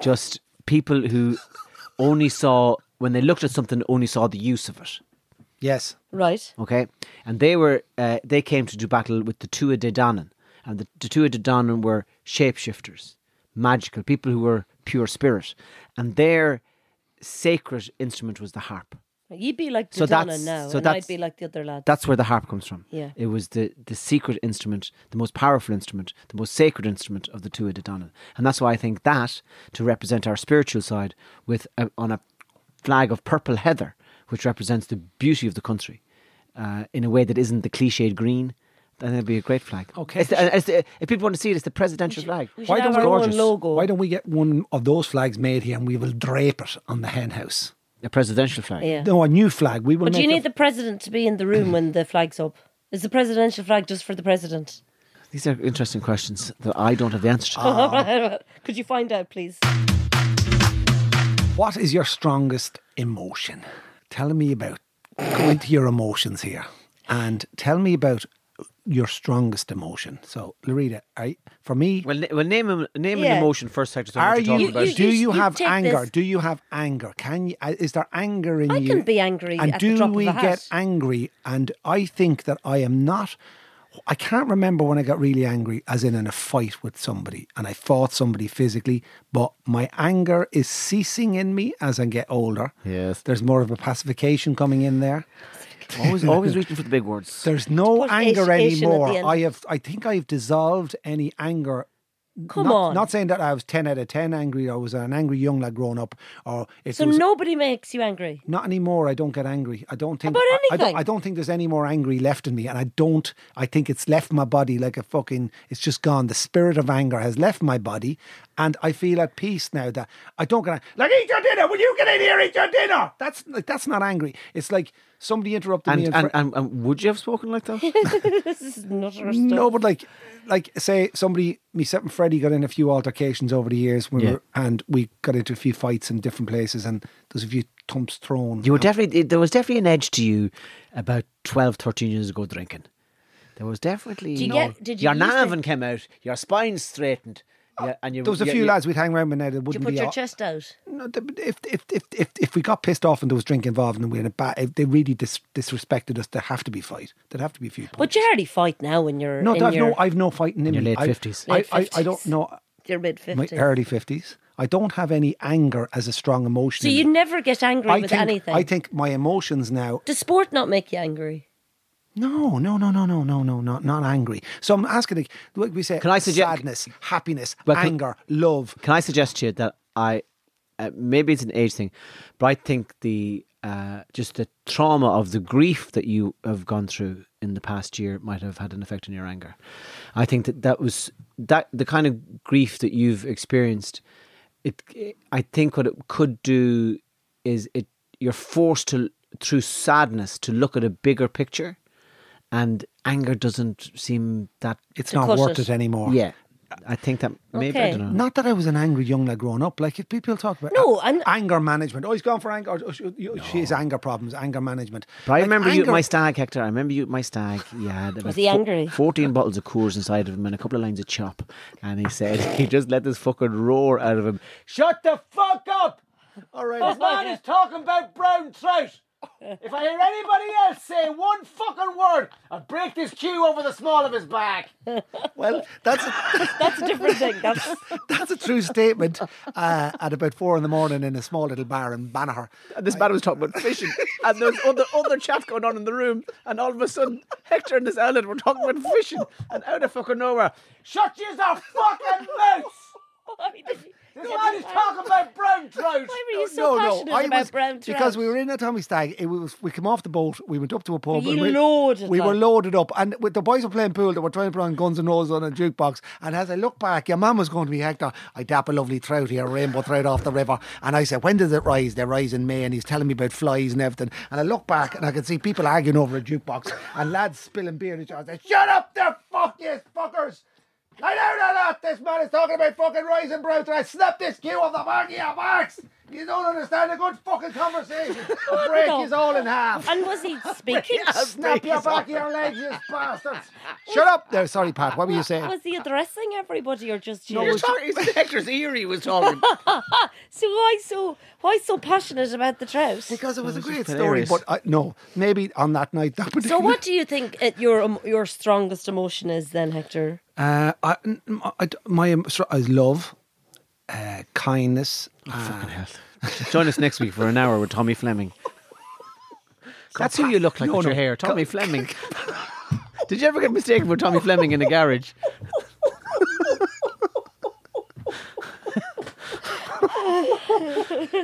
just people who only saw when they looked at something, only saw the use of it.
Yes.
Right.
Okay, and they were uh, they came to do battle with the Tuatha De Danann, and the, the Tuatha De Danann were shapeshifters, magical people who were pure spirit, and their sacred instrument was the harp.
You'd be like
So
so
that's-
now,
so
and
that's-
I'd be like the other lad.
That's where the harp comes from.
Yeah.
it was the the secret instrument, the most powerful instrument, the most sacred instrument of the Tuatha De Danann, and that's why I think that to represent our spiritual side with a, on a flag of purple heather, which represents the beauty of the country, uh, in a way that isn't the cliched green. Then it'd be a great flag.
Okay.
It's the- it's the- if people want to see it, it's the presidential flag.
we should
Why
have
don't we-
our own
Gorgeous.
logo.
Why don't we get one of those flags made here and we will drape it on the hen house?
A presidential flag.
Yeah.
No, a new flag. We will
but
make
do you
a-
need the president to be in the room when the flag's up? Is the presidential flag just for the president?
These are interesting questions that I don't have the answer to.
Uh-huh. Ah.
<laughs> Could you find out, please?
What is your strongest emotion? Tell me about. Go into your emotions here and tell me about your strongest emotion. So, Loretta, I, for me,
Well, na- well, name a- name an
Yeah.
emotion first. Hector, so
are
what you're
you?
talking about.
you-
do you,
you
have
take
anger?
this.
Do you have anger? Can you? uh, Is there anger in
I
you?
can be angry
And
at the
do
drop of
we
a hat.
get angry? And I think that I am not. I can't remember when I got really angry, as in in a fight with somebody, and I fought somebody physically. But my anger is ceasing in me as I get older.
Yes.
there's more of a pacification coming in there. <laughs>
always always reaching for the big words.
There's no
Put
anger
ish- ish in at the
anymore.
end.
I have. I think I've dissolved any anger
Come
not,
on.
Not saying that I was 10 out of 10 angry, I was an angry young lad growing up, or if
so
there was,
nobody makes you angry.
not anymore, I don't get angry. I don't think
About
I- I, don't,
anything?
I don't think there's any more angry left in me, and I don't. I think it's left my body like a fucking. It's just gone. The spirit of anger has left my body, and I feel at peace now that I don't get ang- like eat your dinner. Will you get in here eat your dinner? That's like that's not angry. It's like somebody interrupted me.
and,
in
and,
fr-
and, and would you have spoken like that?
<laughs>
this is not our stuff.
No, but like, like say somebody, myself and Freddie got in a few altercations over the years, when we
Yeah.
were, and we got into a few fights in different places, and there's a few thumps thrown.
You were definitely there was definitely an edge to you about 12, 13 years ago drinking. There was definitely
Do you get- did you
your
use the-
navin came out, your spine straightened, yeah, and you,
there was a
you-
few
you-
lads we'd hang around with now that
you
wouldn't
put
be
your
all-
chest out.
No, th- but if, if if if if we got pissed off and there was drink involved and we had a bat, if they really dis- disrespected us, there have to be fight. There'd have to be a few.
But you hardly fight now when you're
no,
in
I've
your,
no, I've no fighting in
your
me.
late
I-
50s.
I,
Late
I, I don't
50s.
know
your mid
my
fifties.
early fifties. I don't have any anger as a strong emotion.
So
in
you
me.
never get angry
I
with
think,
anything.
I think my emotions now
Does sport not make you angry?
No, no, no, no, no, no, no, not not angry. So I'm asking, like, like we say,
Can I suggest-
sadness, happiness,
Well, can-
anger, love?
Can I suggest to you that I uh, maybe it's an age thing, but I think the uh, just the trauma of the grief that you have gone through in the past year might have had an effect on your anger. I think that that was that the kind of grief that you've experienced. It, I think what it could do is it you're forced to through sadness to look at a bigger picture, and anger doesn't seem that.
It's
To
not
cut
worth
it.
it, anymore.
Yeah, I think that maybe I
Okay.
don't know.
Not that I was an angry young lad growing up. Like if people talk about
No, I'm-
anger management. Oh, he's gone for anger. Oh, she, you- she has anger problems. Anger management.
But I
Like,
remember you at
anger-
my stag, Hector. I remember you at my stag. You had about
he
fo-
angry?
14 bottles of Coors inside of him and a couple of lines of chop. And he said, <laughs> he just let this fucking roar out of him. Shut the fuck up!
All right,
man is talking about brown trout. If I hear anybody else say one fucking word, I'll break this cue over the small of his back.
well, that's <laughs> a,
That's a different thing. That's <laughs>
<laughs> that's a true statement. Uh, at about four in the morning in a small little bar in Banagher.
And this man was talking about fishing, and there was other other chat going on in the room, and all of a sudden Hector and this Alan were talking about fishing, and out of fucking nowhere, shut your fucking mouth! This man is talking about brown trout.
Why were you so passionate about brown trout?
because we were in a Tommy Stag. It was we came off the boat. We went up to a pub.
you
and we,
loaded
We were
up?
loaded up, and with the boys were playing pool. They were trying to put on Guns and Roses on a jukebox. And as I look back, your mum was going to be Hector. I dap a lovely trout here, rainbow trout off the river. And I said, when does it rise? They rise in May. And he's telling me about flies and everything. And I look back, and I can see people arguing over a jukebox and lads spilling beer. And I said, shut up, there, fuck yes, fuckers. I know a lot. This man is talking about fucking rise and brow. I snap this queue off the marquee of Marx. You don't understand a good fucking conversation. I'll break
<laughs> no.
his all in half.
<laughs> And
<laughs>
was he speaking?
Snap your back of your legs, you bastards. <laughs> Shut up. No, sorry, Pat. What were you saying?
was he addressing everybody or just you?
You're talking, it's the actress Eerie was talking.
so why so why so passionate about the trout?
Because
<laughs>
it was a great story,
hilarious.
but I, no, maybe on that night that
So
particular.
what do you think it, your um, your strongest emotion is then, Hector?
Uh, I, n- m- I d- my em- str- is love, uh, kindness.
Ah.
uh,
Join us next week for an hour with Tommy Fleming. <laughs> That's who you look like
No,
with your
no.
hair, <laughs> Tommy Fleming. Did you ever get mistaken for Tommy Fleming in a garage?
<laughs>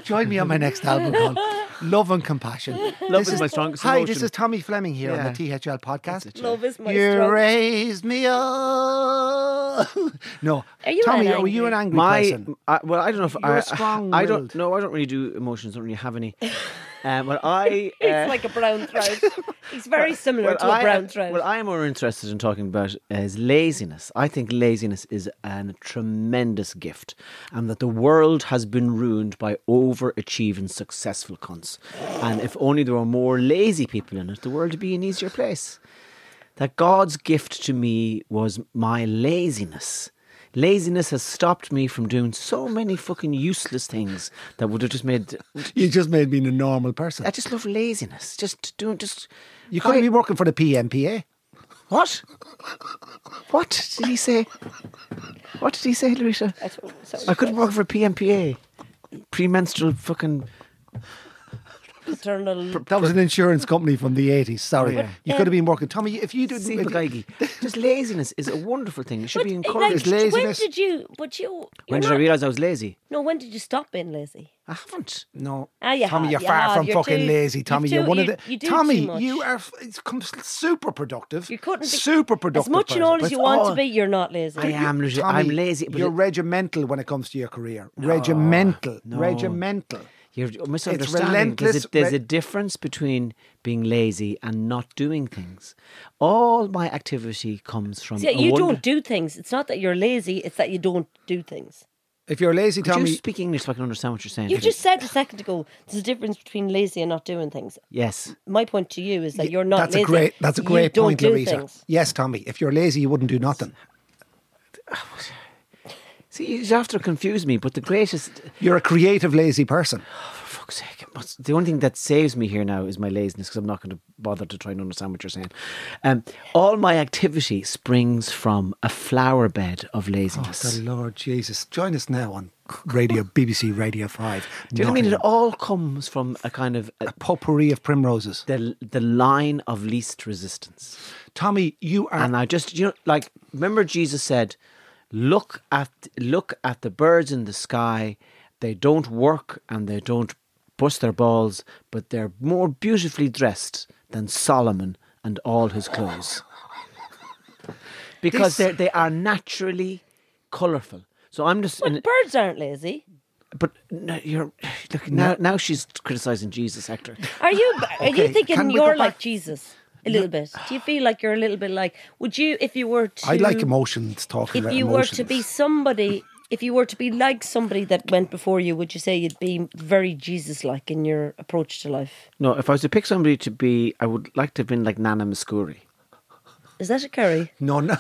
join me on my next album
<laughs>
called Love and Compassion.
Love
This
is my strongest
Hi,
emotion.
this is Tommy Fleming here
Yeah.
on the THL podcast.
Love is my
You
strong-
raised me up. <laughs> no,
Are you
Tommy,
an
were you
angry-
an angry
my
person?
I, well, I don't know if
You're
I, <laughs> I
strong-willed.
don't. No, I don't really do emotions. Don't really have
<laughs>
any. Um, well, I. uh,
It's like a brown trout. He's very similar
Well,
to a
uh,
I
brown
am-
trout.
What I am more interested in talking about is laziness. I think laziness is a tremendous gift, and that the world has been ruined by overachieving successful cunts. And if only there were more lazy people in it, the world would be an easier place. That God's gift to me was my laziness. Laziness has stopped me from doing so many fucking useless things that would have just made.
You just made me a normal person.
I just love laziness. Just doing, just.
You could
I-
be working for the PMPA.
what? What did he say? What did he say, Larissa?
I don't- sorry.
I couldn't work for PMPA. Premenstrual fucking.
<laughs>
Paternal-
That was an insurance company from the 80s. Sorry.
Oh,
Yeah.
You
Um,
could have been working. Tommy, if you didn't.
Zeepa
if you-
Geigy. Just laziness is a wonderful thing. It should
But,
be
like,
encouraged.
laziness.
When did you? But you.
when did I
you're not-
realise I was lazy?
No, when did you stop being lazy?
I haven't.
No.
Ah, you
Tommy,
have,
you're
you
far
have.
from
You're
fucking
too-
lazy.
you're
Tommy,
too-
you're one of
you-
the.
you do too
Tommy,
much.
you are f- it's com- super productive.
You couldn't be
super productive.
As much and
person,
all
but oh.
as you
it's
want
all-
to be, you're not lazy.
I am. lazy.
Tommy,
I'm lazy. but
You're
it-
regimental when it comes to your career. regimental. Regimental.
You're misunderstanding. There's,
relentless
a, there's
re-
a difference between being lazy and not doing things. All my activity comes from.
See,
a
you
wonder-
don't do things. It's not that you're lazy. It's that you don't do things.
If you're lazy,
Could you
Tommy,
speak English so I can understand what you're saying?
You just said a second ago there's a difference between lazy and not doing things.
yes.
My point to you is that you're not
that's
lazy.
a great that's a
You
great
don't
point,
do
Larissa.
things.
Yes, Tommy. If you're lazy, you wouldn't do nothing.
See, you have to confuse me, but the greatest,
You're a creative lazy person.
for fuck's sake, it must, the only thing that saves me here now is my laziness because I'm not going to bother to try and understand what you're saying. Um, all my activity springs from a flower bed of laziness.
The Lord Jesus. Join us now on radio BBC Radio 5.
Do you know what I mean? It
Nottingham.
all comes from a kind of uh
Potpourri of primroses.
the the line of least resistance.
Tommy, you are.
and I just you know like remember Jesus said, look at look at the birds in the sky, they don't work and they don't bust their balls, but they're more beautifully dressed than Solomon and all his clothes. Because they they are naturally colourful. So I'm just and-
Birds aren't lazy.
but no, you're look now now she's criticizing Jesus Hector.
Are you
Okay,
are you
can
thinking
we go
you're
back-
like Jesus a little bit? Do you feel like you're a little bit like would you if you were to
I like emotions talking
if
about
you
emotions.
were to be somebody if you were to be like somebody that went before you, would you say you'd be very Jesus like in your approach to life?
No, if I was to pick somebody to be, I would like to have been like Nana Muscuri.
Is that a curry?
No, no.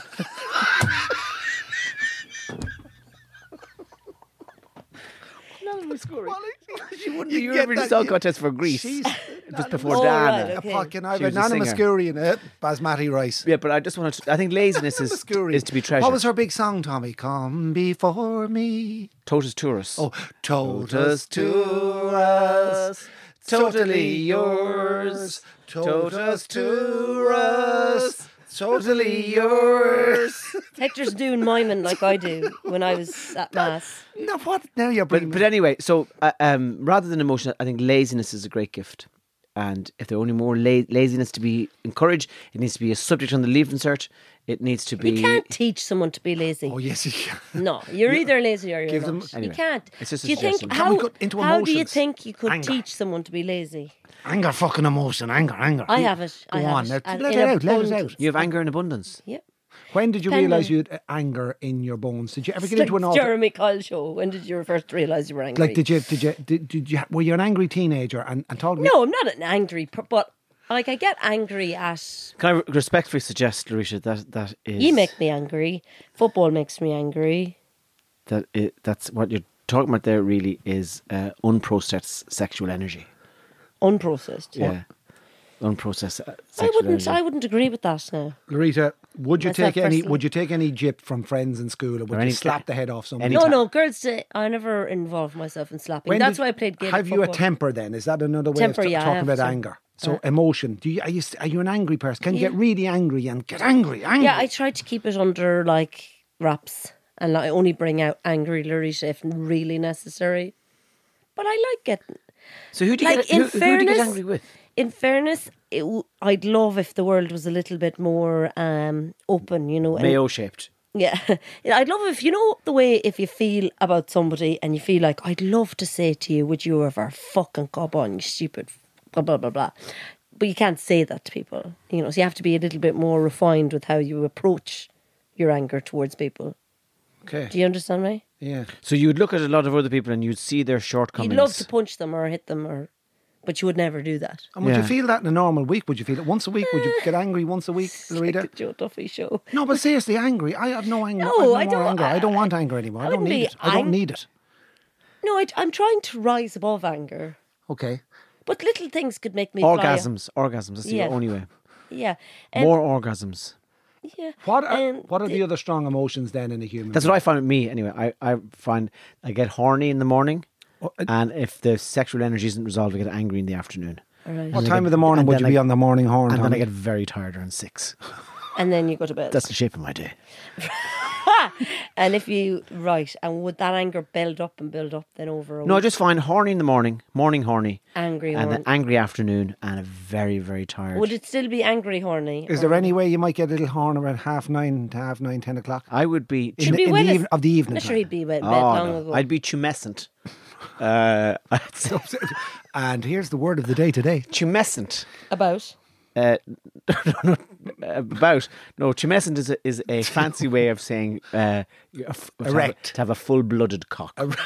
she wouldn't
<laughs> You Eurovision Song Contest for Greece. <laughs> just before
Oh,
Dana.
right, okay.
Fucking I've
She was a
banana
singer.
muscuri and a basmati rice.
Yeah, but I just want to. I think laziness is
Muscuri.
is to be treasured.
What was her big song, Tommy? Come before me.
Totus Turus.
Oh, totus to us, totally yours. Totus to us, totally yours. <laughs>
Hector's doing miming like I do when I was at mass.
No, what? Now you're
But
bringing.
but anyway, so uh, um, rather than emotion, I think laziness is a great gift. And if there are only more la- laziness to be encouraged, it needs to be a subject on the leave insert. It needs to be.
You can't teach someone to be lazy.
oh yes, you can.
No, you're either lazy or you're
Give
not.
them-
Anyway,
you can't.
it's just a
do you think
suggestion.
Can we
how,
cut into
how do you
emotions?
think you could
Anger.
teach someone to be lazy?
<laughs> Anger, fucking emotion, anger, anger.
I have it. I
Go
have
on,
it.
let-
And
let
in
it out, let it
abundance.
out.
You have anger in abundance.
Yep.
When did you
Pendant.
realise you had uh, anger in your bones? Did you ever
It's
get into
like
an alter-
Jeremy Kyle show. When did you first realise you were angry?
like? Did you did you did, did you were you an angry teenager and and told me
No, I'm not an angry, per- but like I get angry at.
Can I re- respectfully suggest, Larisha, that that is
You make me angry. Football makes me angry.
that i that's what you're talking about there really is uh, unprocessed sexual energy.
Unprocessed.
Yeah. Unprocessed uh,
I
sexual
wouldn't. I
energy.
wouldn't agree with that now.
Lorita, would you
Myself
take any?
personally.
Would you take any jip from friends in school, and would
Or
you
any-
slap the head off someone?
any-
No,
time.
no, girls. Day, I never involved myself in slapping. That's
did-
why I played Gaelic
Have you a
football.
temper? Then is that another way
Temper,
of t-
yeah, Uh, I
talking
have
about
some.
anger? So emotion. Do you are you st- are you an angry person? Can you get really angry and get angry? Angry.
Yeah, I tried to keep it under like wraps, and like, I only bring out angry Larissa if really necessary. But I like getting
So who do you
like,
get,
in
who, who do you get
fairness-
angry with?
in fairness, it, w- I'd love if the world was a little bit more um, open, you know. and-
Mayo shaped.
yeah. <laughs> Yeah, I'd love if, you know, the way if you feel about somebody and you feel like, I'd love to say to you, would you ever fucking cop on, you stupid, f- blah, blah, blah, blah. But you can't say that to people, you know. So you have to be a little bit more refined with how you approach your anger towards people.
Okay.
Do you understand me?
Yeah.
So you'd look at a lot of other people and you'd see their shortcomings.
You'd love to punch them or hit them, or but you would never do that.
And would you
Yeah.
feel that in a normal week? Would you feel it once a week? Would you get angry once a week, Lorita?
Uh, Like the Joe Duffy show.
No, but seriously, angry. I have no anger.
No,
I, have more
I don't- uh,
Anger. I don't want anger anymore. I,
I
don't
wouldn't
need
be
it. I don't
ang-
need it.
No, I, I'm trying to rise above anger,
Okay.
but little things could make me
Orgasms. Orgasms. That's
Yeah.
the only way.
Fly. Yeah, Um,
More orgasms.
yeah.
What are,
um,
what are
d-
the other strong emotions then in a human?
That's what I find with me anyway. I, I find I get horny in the morning,
Oh, uh,
and if the sexual energy isn't resolved, I get angry in the afternoon.
Alright.
What time of the morning
and
would
then
you
I-
be on the morning horn?
And then I
Tommy?
get very tired around six.
And then you go to bed.
That's the shape of my day.
and if you right, and would that anger build up and build up then over a
No, I
week?
just find horny in the morning, morning horny,
angry
and
horny?
an angry afternoon, and a very very tired.
Would it still be angry horny?
Is
or-
there any way you might get a little horn around half nine to half nine, ten o'clock?
I would be.
In
Should
the,
be
in
well
the
as-
even, of the
I'm
evening.
sure he'd be went to
Oh,
bed long
no.
ago.
I'd be tumescent. Uh, <laughs> I'd say
time. and here's the word of the day today.
tumescent.
<laughs> About
Uh, no, no, about no tumescent is a, is
<laughs>
a fancy way of saying uh, you're a f- to have a-
Erect.
to have a, full-blooded cock.
<laughs>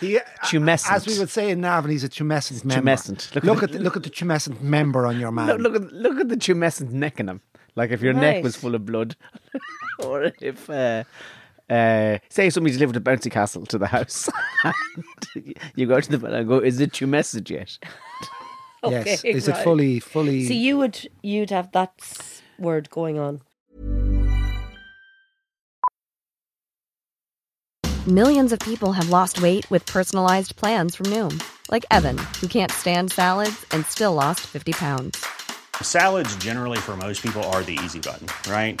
He, uh,
Tumescent.
as we would say in Navan, he's a tumescent member.
Tumescent.
Look,
Look
at
at
the, look at the tumescent member on your man.
Look, look at look at the tumescent neck in him. Like if your
Right.
neck was full of blood, <laughs> or if uh, uh, say somebody delivered a bouncy castle to the house, <laughs> and you go to the and go, is it tumescent yet?
yes,
Okay,
is it
right.
fully fully?
So you would you'd have that s- word going on.
Millions of people have lost weight with personalized plans from Noom, like Evan, who can't stand salads and still lost 50 pounds.
Salads, generally, for most people, are the easy button, right?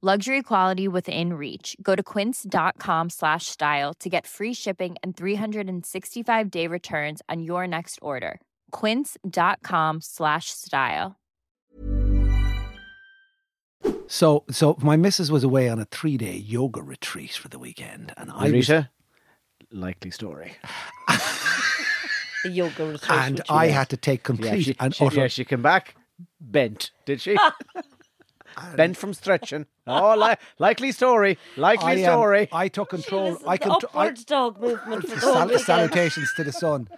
Luxury quality within reach. Go to quince.com slash style to get free shipping and 365 day returns on your next order. Quince.com slash style.
so so my missus was away on a three day yoga retreat for the weekend, and I
<laughs>
was-
Rita, likely story.
the yoga retreat.
And
with you.
I had to take complete
Yeah, she,
and
she-
utter.
yeah, she came back bent, did <laughs> she? bent from <laughs> stretching. Oh, li- likely story.
I,
Likely
um,
story.
I took control.
Listen,
I
the
can. I,
upward
<laughs>
dog movement for the whole
sal-
weekend.
salutations to the sun.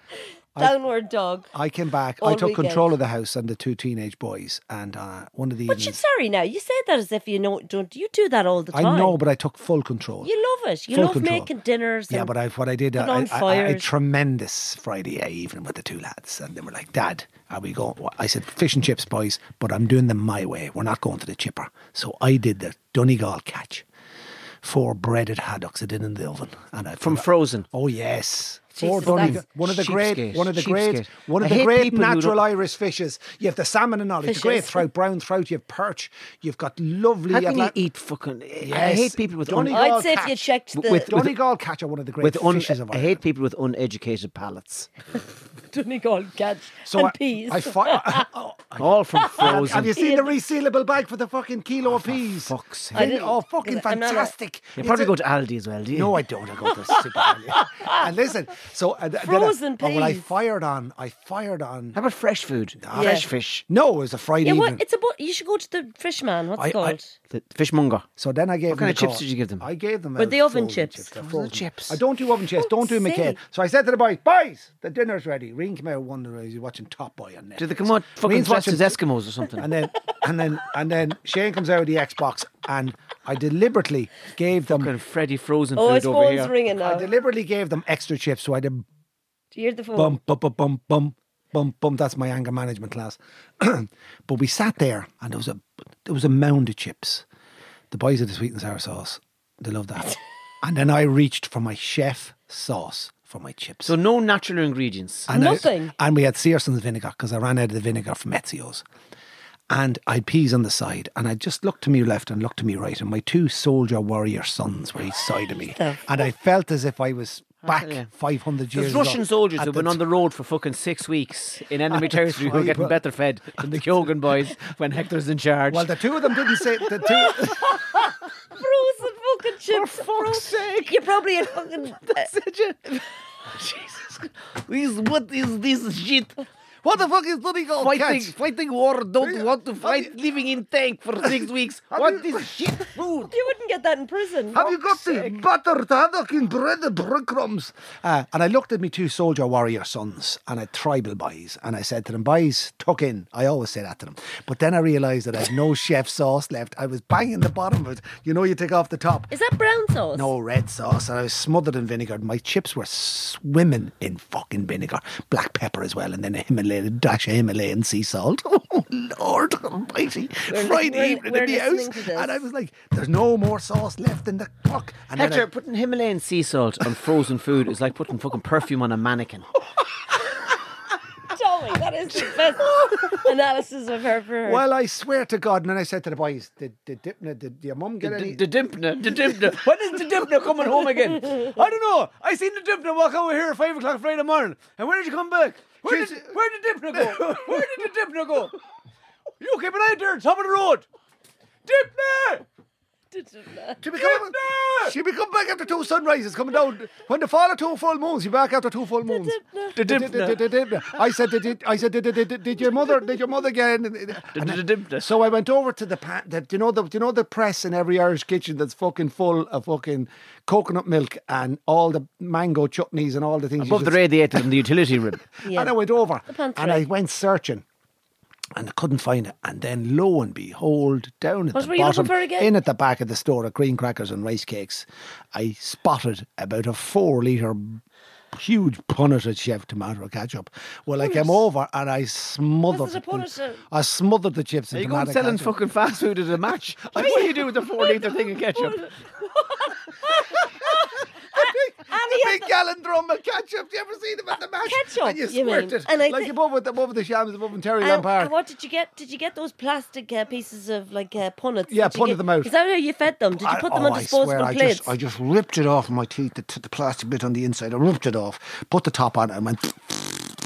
Downward dog.
I came back. I
All
took
weekend.
control of the house and the two teenage boys. And uh, one of the
But you,
evenings,
sorry now, you say that as if you know don't you do that all the
I
time?
know, but I took full control.
you love it. You
Full
love
control.
making dinners.
Yeah,
and-
but I, what I did,
put
I,
on
I- I- I had
fires.
tremendous Friday evening with the two lads, and they were like, "Dad, are we going?" Wha- I said, "Fish and chips, boys, but I'm doing them my way. We're not going to the chipper." So I did the Donegal catch, four breaded haddocks I did in the oven, and I
From
forgot-
frozen.
Oh yes. Four
Jesus, that's
Donegal- one of the great,
cheapskate,
one of the great,
cheapskate.
one of
I
the
hate
great
people who
natural
don't-
Irish fishes. You have the salmon and olive, the great
Fishes.
trout, brown trout. You have perch. You've got lovely.
How can you
Atlan-
eat fucking? I
Yes.
hate people with un-
Johnny-
I'd say if
catch
you checked the
with-
Donegal catch are one of the great
with un-
fishes of
I
Ireland.
hate people with uneducated palates.
<laughs> Donegal catch
So
and
I,
peas. Oh,
I
<laughs>
fi-
All from
<laughs> Have-
frozen. Oh,
Have you seen the resealable bag for the fucking kilo of peas?
fuck's sake.
Fin-
I didn't-
oh, fucking
I'm not a-
fantastic.
You
It's
probably
a- <laughs>
go to Aldi as well, do you?
No, I don't. I go to the
<laughs>
super. Value. and listen, so uh, th- then I-
Frozen
oh, well, I
peas.
fired on. I fired on.
How about fresh food? Fresh fish.
No, it was a Friday
yeah, what
evening.
it's about you should go to the fishman, what's
I- I-
it called?
The fishmonger.
So then I gave
What
them
kind
the
of chips
call.
did you give them?
I gave them
Were
uh,
they oven
frozen
chips? Oh,
they're
Frozen
frozen.
chips.
I don't do oven chips. Don't do
Fuck's
McCain.
sake.
So I said to the boys, "Boys, the dinner's ready." Reen came out one night. He's watching Top Boy on Netflix.
Do they come out fucking
Reen's
dressed
watching
as Eskimos or something?
<laughs> and then and then and then Shane comes out of the Xbox, and I deliberately gave them.
fucking Freddy frozen
Oh,
food
his
over
phone's
here.
ringing
I
now. Do
deliberately gave them extra chips, so I did
you hear the phone?
bum bum bum bum bum bum bum. That's my anger management class. <clears throat> but we sat there, and there was a there was a mound of chips. The boys had the sweet and sour sauce. They love that. and then I reached for my chef sauce for my chips.
So no natural ingredients.
And I-
Nothing.
and we had Searson's vinegar because I ran out of the vinegar from Ezio's. And I had peas on the side, and I just looked to me left and looked to me right, and my two soldier warrior sons were each side of me, and I felt as if I was back five hundred years.
There's Russian
ago
soldiers
at
who've been
the
on the road for fucking six weeks in enemy
<laughs> At the
territory who are getting
tribal-
better fed than the Kyogan
<laughs>
boys when Hector's in charge.
Well, the two of them didn't say the two.
frozen fucking chips. <laughs> For fuck's sake. You probably
<laughs>
had fucking
<laughs>
uh,
Jesus, these what is this shit?
what the fuck is Donegal
Fighting,
catch?
fighting war. Don't want to fight. Living in tank for six weeks. What is shit food?
you wouldn't get that in prison.
Have you got the buttered haddock and bread and breadcrumbs? Uh, and I looked at me two soldier warrior sons and a tribal boys, and I said to them, "Boys, tuck in." I always say that to them, but then I realised that I had no <laughs> chef sauce left. I was banging the bottom of it. You know, you take off the top.
Is that brown sauce? <laughs>
No red sauce, and I was smothered in vinegar. My chips were swimming in fucking vinegar, black pepper as well, and then a Himalayan dash of Himalayan sea salt. <laughs> Oh Lord Almighty! Friday
we're-
evening
we're
in the
listening
house,
to this.
and I was like, "There's no more sauce left in the cock." And then I-
Hector, putting Himalayan sea salt on frozen food is like putting fucking perfume on a mannequin.
Tommy, that is the best
<laughs>
analysis I've ever heard.
well, I swear to God, and then I said to the boys, "Did did, did, did your mum get any?"
The, the Dimpner, the Dimpner. <laughs> When is the Dimpner coming home again? I don't know. I seen the Dimpner walk over here at five o'clock Friday morning. And where did you come back? Where did,
She's-
where did Dimpner go? Where did the Dimpner go? You keep an eye out there, top of the road. Dimpner!
she become, she become back after two sunrises coming down. When the fall of two full moons, you back after two full moons.
The
Did- did-
Dimpner.
did- did- did- I said, did, did, I said, did, did, did, did your mother, did your mother get in? And I-
did-
So I went over to the, pa- the, do you know the, do you know the press in every Irish kitchen that's fucking full of fucking coconut milk and all the mango chutneys and all the things. you
Above the
should-
radiator in the utility <laughs> room.
Yeah.
And I went over
pantry.
and I went searching. And I couldn't find it. And then lo and behold, down at
What
the
were you looking
bottom,
for again?
in at the back of the store at green crackers and rice cakes, I spotted about a four litre huge punnet of chef tomato ketchup. Well, I came over and I smothered
Was it a
in-
punnet?
I smothered the chips in
Are you
tomato
going selling
ketchup.
fucking fast food at a <laughs> match? Like, what do you do with the four litre thing of <laughs> ketchup?
<laughs>
<laughs>
The big gallon drum of ketchup. Do you ever see them at the match?
Ketchup,
And you
you
squirt
mean.
it.
And I
like
thi-
above, with the, above the shams, above in Terry
And-
Lampard.
and what did you get? Did you get those plastic uh, pieces of like uh, punnets?
Yeah,
Did you
punnet
get-
them out.
Is that how you fed them? Did you
I-
put them
oh,
on
I
disposable
swear,
plates?
I just, I just ripped it off my teeth, the, t- the plastic bit on the inside. I ripped it off, put the top on, <sniffs> and went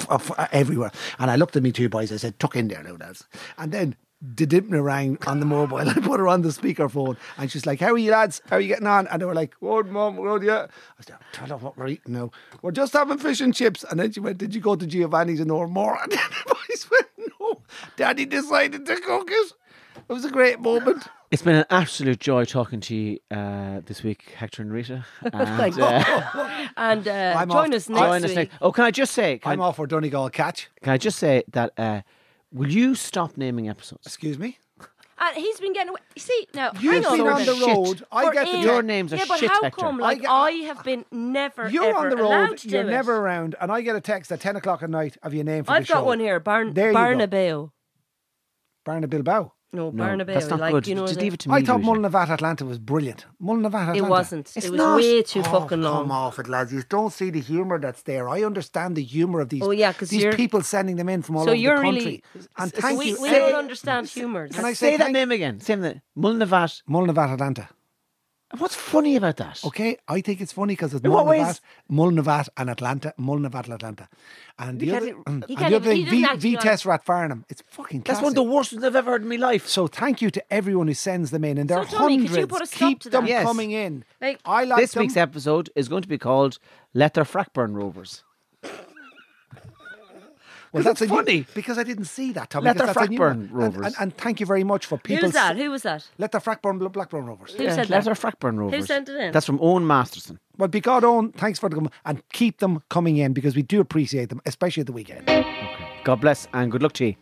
off everywhere. And I looked at me two boys. I said, "Tuck in there now, lads." And then Didipna rang on the mobile. <laughs> I put her on the speakerphone and she's like, How are you lads? How are you getting on? And they were like, Good, mum, good, yeah. I was like, Turn off what we're eating now. We're just having fish and chips. And then she went, Did you go to Giovanni's and order more? <laughs> And then the boys went, No. Daddy decided to cook it. It was a great moment.
It's been an absolute joy talking to you uh, this week, Hector and <laughs> Rita.
Thank
And,
you.
uh,
and uh,
I'm
join
off.
us next
join us
week.
next- Oh, can I just say? Can,
I'm
I,
off for Donegal catch.
can I just say that? Uh, will you stop naming episodes?
Excuse me.
And he's been getting away. You See, no, hang
You've
on.
been
a
on
minute.
the
Shit.
road. I
For
get the
air.
Your name's a
yeah, but
shit
how
Hector.
come? Like
get-
I, have been never.
You're
ever
on the
allowed
road.
to
You're
do it.
never around, and I get a text at ten o'clock at night of your name for
I've
the show.
got one here. Barn
There you go.
Barnabeo.
Barna Bilbao.
No,
No,
Barnabeo.
that's not
like,
good.
You know,
just
the-
leave it to me.
I thought
Rita.
Mullinavat Atlanta was brilliant. Mullinavat Atlanta.
It wasn't.
It's
it was
not.
way too
Oh,
fucking long.
Come off it, lads. You don't see the humour that's there. I understand the humour of these,
Oh, yeah, 'cause
these
you're-
people sending them in from all
So
over
you're
the
really-
country. and thank
we
you.
we
Every-
don't understand humour.
Can I
Say that
thank-
name again. Say that. Mulnavat.
Mullinavat Atlanta.
What's funny about that?
Okay, I think it's funny because it's
In what
Mullinavat,
ways?
Mullinavat and Atlanta, Mullinavat and Atlanta, and the
You
other, <clears throat>
can't-
and
you
the
can't
other
even- you
thing,
didn't
V,
actually like-
Vitesse Ratfarnham. It's fucking.
That's
classic.
one of the worst ones I've ever heard in my life.
So thank you to everyone who sends them in, and there
So,
are
Tommy, could you
hundreds.
put a stop
Keep
to
them
that?
Yes.
coming in.
Like,
I like
this
them.
week's episode is going to be called "Let Their Frack Burn Rovers."
Well,
'Cause
that's
it's
a new-
funny.
because I didn't see that, Tommy.
Let
'cause
the
that's a
Frackburn
new one. And-
Rovers.
And, and thank you very much for people.
Who's that? Who was that?
Let the Frackburn Bl- Blackburn Rovers.
Who said
Let
that?
Their Frack Burn Rovers.
sent it in?
That's from Owen Masterson.
Well, be God own. Thanks for the com- and keep them coming in because we do appreciate them, especially at the weekend.
God bless and good luck to you.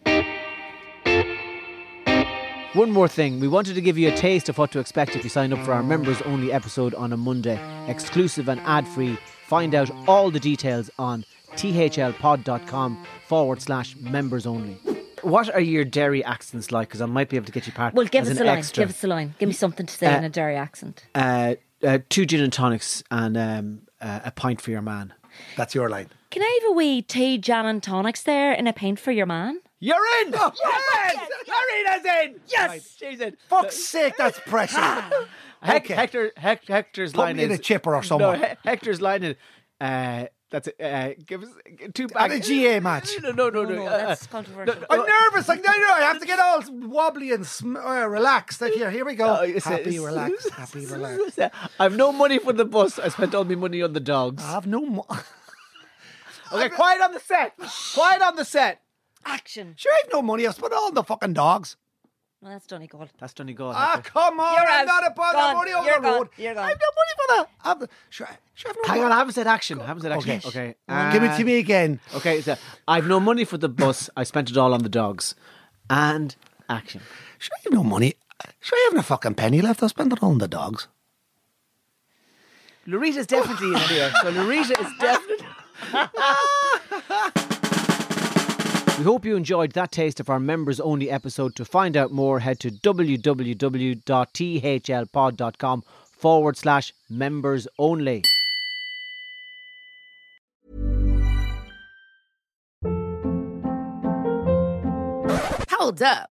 One more thing, we wanted to give you a taste of what to expect if you sign up for our members only episode on a Monday. Exclusive and ad free. Find out all the details on thlpod.com forward slash members only. What are your dairy accents like? Because I might be able to get you part
Well, give
as
us
an
a line.
extra.
Give us a line. Give me something to say
Uh,
in a Derry accent.
uh, uh, two gin and tonics and um, uh, a pint for your man.
That's your line.
Can I have a wee tea, jam, and tonics there and a pint for your man?
You're in!
Oh,
You're in! Marina's in! Yes! She's in.
Fuck's sake, that's
<laughs>
pressure.
Hec-
Okay.
Hector, Hec- Hector's
Put
line
me in
is
a chipper or
No,
somewhere.
He- Hector's line is uh, that's it. Uh, give us two
At
back
a GA match.
No, no, no, no. uh,
that's controversial.
I'm nervous. Like, no, no, I have to get all wobbly and sm- uh, relaxed. Like, here, here we go.
uh, it's-
happy,
it's- <laughs>
relax. Happy, relax.
I've no money for the bus. I spent all my money on the dogs.
I have no more. <laughs>
okay, quiet on the set. Quiet on the set.
Action.
Sure, I've no money. I've spent all the fucking dogs.
No, that's Donegal.
That's Johnny God.
Ah, come on.
Oh, You're
I'm
out.
not a bother. I'm
Gone.
only over
You're
the
gone.
road.
You're gone.
I've no money for that. I've, sure, sure, I've no
Hang
money.
on, I haven't said action. I haven't said action. Okay.
Come on, give it to
uh,
me again.
Okay, so I've no money for the bus. I spent it all on the dogs. And action.
Sure, I have no money. Sure, I haven't a fucking penny left. I'll spend it all on the dogs.
Lorita's definitely in here. So Lorita <laughs> is definitely. We hope you enjoyed that taste of our members only episode. To find out more, head to www.thlpod.com forward slash members only.
Hold up.